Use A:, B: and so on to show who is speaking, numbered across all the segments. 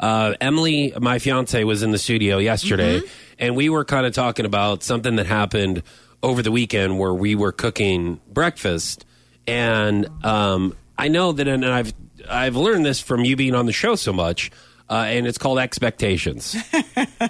A: Uh, Emily, my fiance, was in the studio yesterday, and we were kind of talking about something that happened over the weekend where we were cooking breakfast, and um, I know that, and I've I've learned this from you being on the show so much. Uh, and it's called expectations.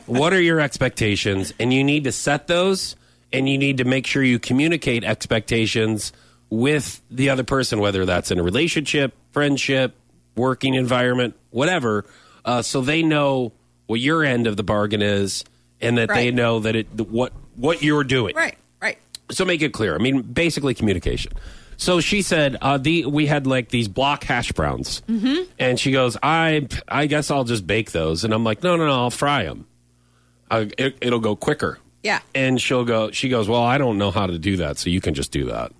A: what are your expectations? And you need to set those, and you need to make sure you communicate expectations with the other person, whether that's in a relationship, friendship, working environment, whatever, uh, so they know what your end of the bargain is, and that they
B: Right.
A: know that it th- what what you're doing.
B: Right, right.
A: So make it clear. I mean, basically communication. So she said, uh, the we had like these block hash browns, mm-hmm. and she goes, I I guess I'll just bake those, and I'm like, no, no, no, I'll fry them. Uh, it, it'll go quicker.
B: Yeah.
A: And she'll go. She goes, well, I don't know how to do that, so you can just do that.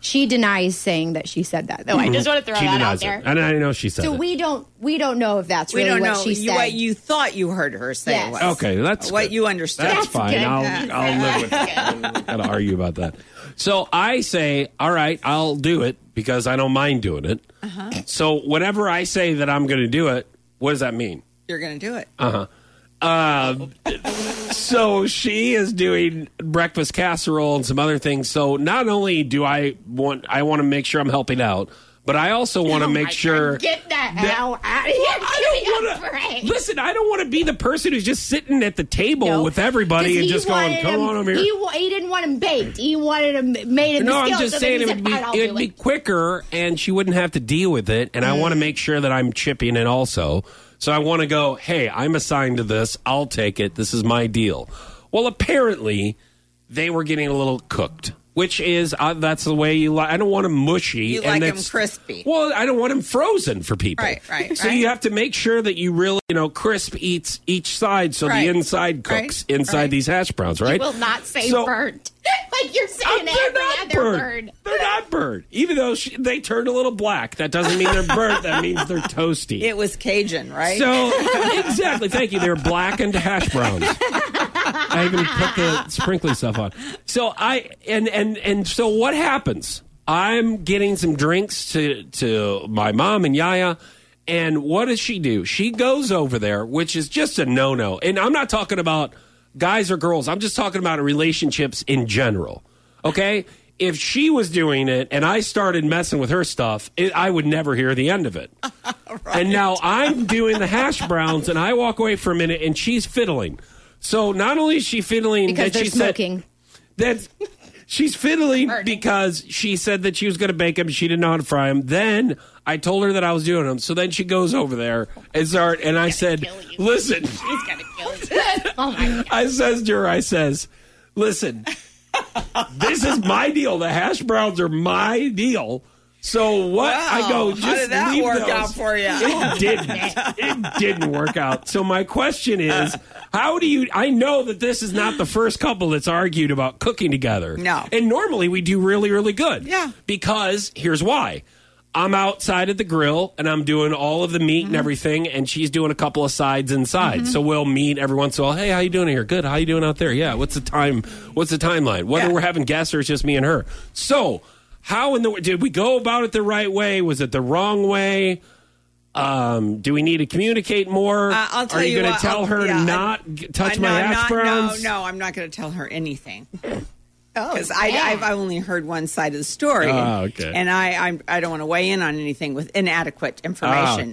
C: She denies saying that she said that.
A: Mm-hmm.
C: Though I just want to throw
A: She
C: that out
A: denies
C: there.
A: it. And I know she said
C: So
A: it.
C: we don't we don't know if that's
B: We don't
C: really what
B: know
C: she
B: you,
C: said.
B: what you thought you heard her say
C: Yes.
B: was.
A: Okay, that's
B: what
A: good.
B: you understood.
A: That's,
C: That's
A: fine.
C: good.
A: I'll,
C: That's
A: I'll live with that. Gotta argue about that. So I say, all right, I'll do it because I don't mind doing it.
C: Uh-huh.
A: So whenever I say that I'm going to do it, what does that mean?
B: You're going to do it.
A: Uh, So she is doing breakfast casserole and some other things. So not only do I want, I want to make sure I'm helping out, but I also want to
C: Oh
A: make
C: my
A: sure.
C: God, get that,
A: that-
C: hell out of here.
A: I don't
C: Give me a
A: want
C: break.
A: to listen. I don't want to be the person who's just sitting at the table
C: No.
A: with everybody
C: 'Cause
A: and
C: he
A: just going,
C: wanted
A: "Come
C: him-
A: on over here."
C: He, wa- he didn't want him baked. He wanted him made in
A: No,
C: the
A: I'm
C: skillet,
A: just
C: so then
A: saying
C: he
A: it
C: said,
A: would be
C: "Fine, I'll
A: it'd
C: do
A: be
C: it."
A: quicker, and she wouldn't have to deal with it. And I want
B: Mm.
A: to make sure that I'm chipping in also. So I want to go. Hey, I'm assigned to this. I'll take it. This is my deal. Well, apparently, they were getting a little cooked, which is uh, that's the way you like. I don't want them mushy.
B: You
A: and
B: like 'em
A: that's-
B: crispy.
A: Well, I don't want them frozen for people.
B: Right, right,
A: So
B: right.
A: you have to make sure that you really, you know, crisp eats each side, so
B: Right,
A: the inside cooks
B: right,
A: inside
B: right.
A: these hash browns. Right.
C: He will not say
A: So-
C: burnt like you're
A: uh,
C: saying
A: they're
C: every
A: not
C: other
A: burnt.
C: word.
A: They're not burnt. Even though she, they turned a little black, that doesn't mean they're burnt. that means they're toasty.
B: It was Cajun, right?
A: so exactly, thank you. They're blackened hash browns. I even put the sprinkly stuff on. So I and and and so what happens? I'm getting some drinks to to my mom and Yaya. And what does she do? She goes over there, which is just a no no. And I'm not talking about guys or girls. I'm just talking about relationships in general. Okay? If she was doing it and I started messing with her stuff, it, I would never hear the end of it. And now I'm doing the hash browns, and I walk away for a minute, and she's fiddling. So not only is she fiddling
C: Because
A: that
C: they're
A: she said- Mm-hmm.
C: smoking.
A: that she's fiddling
C: Burning.
A: because she said that she was going to bake them. She didn't know how to fry them. Then I told her that I was doing them. So then she goes over there and start. And I said,
C: kill you.
A: "Listen."
C: He's gonna kill us. oh my god.
A: I says to her, I says, listen, this is my deal. The hash browns are my deal. So what? I go,
B: Wow,
A: just
B: Oh, how did that
A: leave
B: work
A: those."
B: out for ya?
A: It didn't. it didn't work out. So my question is, how do you? I know that this is not the first couple that's argued about cooking together.
B: No.
A: And normally we do really, really good.
B: Yeah.
A: Because here's why. I'm outside at the grill and I'm doing all of the meat
B: Mm-hmm.
A: and everything, and she's doing a couple of sides inside. So we'll meet every once in a while. Hey, how you doing here? Good. How you doing out there? Yeah. What's the time? What's the timeline? Whether
B: Yeah.
A: we're having guests or it's just me and her. So how in the did we go about it the right way? Was it the wrong way? Um, do we need to communicate more?
B: Uh, I'll tell
A: Are you
B: you
A: going to
B: what,
A: tell
B: I'll-
A: her
B: yeah,
A: to
B: I-
A: not g- touch
B: I-
A: my
B: no, I'm
A: hash
B: not-
A: browns?
B: No, no, I'm not going to tell her anything.
C: Oh,
B: because I,
C: yeah.
B: I've only heard one side of the story.
A: Ah, okay.
B: And I, I'm, I don't want to weigh in on anything with inadequate information.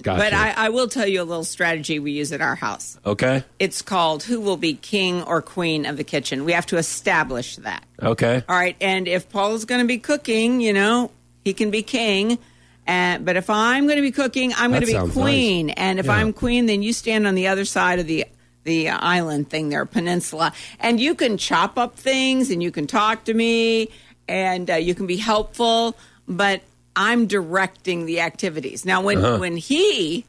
A: Ah, gotcha.
B: But I, I will tell you a little strategy we use at our house.
A: Okay.
B: It's called Who Will Be King or Queen of the Kitchen. We have to establish that.
A: Okay.
B: All right. And if Paul's going to be cooking, you know, he can be king. Uh, but if I'm going to be cooking, I'm
A: That
B: going to be
A: sounds nice.
B: queen. And if
A: Yeah.
B: I'm queen, then you stand on the other side of the the island thing there, peninsula, and you can chop up things, and you can talk to me, and uh, you can be helpful. But I'm directing the activities now. When
A: Uh-huh.
B: when he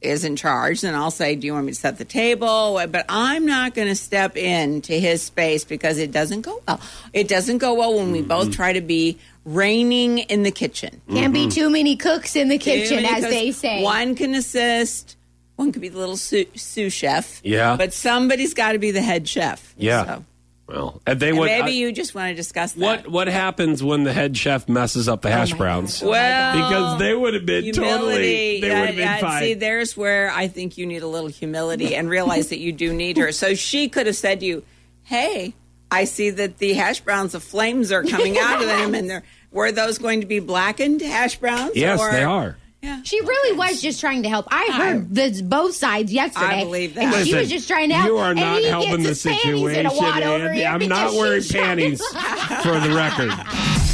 B: is in charge, then I'll say, "Do you want me to set the table?" But I'm not going to step into his space because it doesn't go well. It doesn't go well when we
A: Mm-hmm.
B: both try to be reigning in the kitchen.
C: Can't be too many cooks in the kitchen,
B: Because
C: as they say.
B: One can assist. One could be the little sous, sous chef.
A: Yeah.
B: but somebody's got to be the head chef.
A: Yeah.
B: So,
A: Well, and they
B: And
A: would.
B: maybe
A: I-
B: you just want to discuss that.
A: what what happens when the head chef messes up the hash
C: my
A: browns?
C: God.
B: Oh Well,
A: Because they would have been totally. They
B: Yeah,
A: would have been
B: yeah,
A: fine.
B: See, there's where I think you need a little humility and realize that you do need her. So she could have said to you, "Hey, I see that the hash browns, the flames are coming out of them, and they're were those going to be blackened hash browns?
A: yes,
B: or-
A: they are.
B: Yeah.
C: She really was just trying to help. I heard the both sides yesterday.
B: I believe that.
C: And she
A: Listen,
C: was just trying to help.
A: You are
C: and
A: not
C: he
A: helping the
C: gets his panties in
A: situation,
C: a wad over
A: Andy.
C: him
A: I'm
C: because
A: not
C: she
A: wearing
C: was trying to-
A: panties for the record.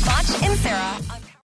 D: Foch and Sarah on